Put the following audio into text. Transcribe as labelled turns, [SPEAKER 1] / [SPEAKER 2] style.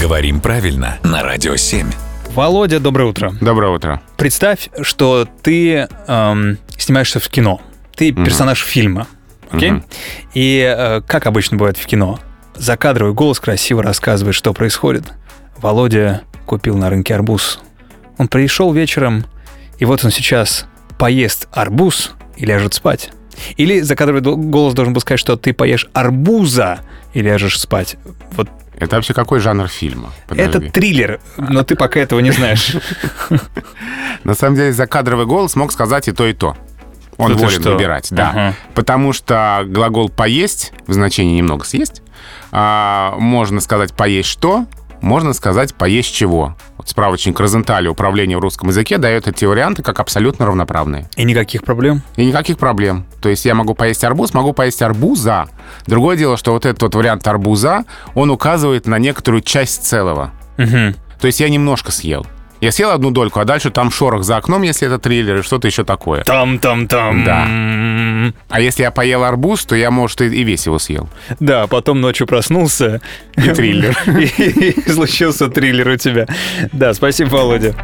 [SPEAKER 1] Говорим правильно на Радио 7.
[SPEAKER 2] Володя, доброе утро.
[SPEAKER 3] Доброе утро.
[SPEAKER 2] Представь, что ты эм, снимаешься в кино. Ты персонаж фильма. Окей?
[SPEAKER 3] Мгм.
[SPEAKER 2] И э, как обычно бывает в кино, закадровый голос красиво рассказывает, что происходит. Володя купил на рынке арбуз. Он пришел вечером, и вот он сейчас поест арбуз и ляжет спать. Или закадровый дол- голос должен был сказать, что ты поешь арбуза и ляжешь спать. Вот
[SPEAKER 3] Это вообще какой жанр фильма?
[SPEAKER 2] это
[SPEAKER 3] Подожди.
[SPEAKER 2] триллер, но ты пока этого не знаешь.
[SPEAKER 3] На самом деле закадровый голос мог сказать и то, и то. Он
[SPEAKER 2] Да ты
[SPEAKER 3] волен
[SPEAKER 2] что?
[SPEAKER 3] выбирать, да.
[SPEAKER 2] Ага.
[SPEAKER 3] Потому что глагол «поесть» в значении «немного съесть» а, можно сказать «поесть что», можно сказать «поесть чего». Вот справочник Розенталя «Управление в русском языке» дает эти варианты как абсолютно равноправные.
[SPEAKER 2] И никаких проблем.
[SPEAKER 3] И никаких проблем. То есть я могу поесть арбуз, могу поесть арбуза. Другое дело, что вот этот вот вариант арбуза, он указывает на некоторую часть целого.
[SPEAKER 2] Мгм.
[SPEAKER 3] То есть я немножко съел. Я съел одну дольку, а дальше там шорох за окном, если это триллер, и что-то еще такое.
[SPEAKER 2] Там-там-там. Да.
[SPEAKER 3] А если я поел арбуз, то я, может, и, и весь его съел.
[SPEAKER 2] Да, потом ночью проснулся.
[SPEAKER 3] И триллер.
[SPEAKER 2] И случился триллер у тебя. Да, спасибо, Володя.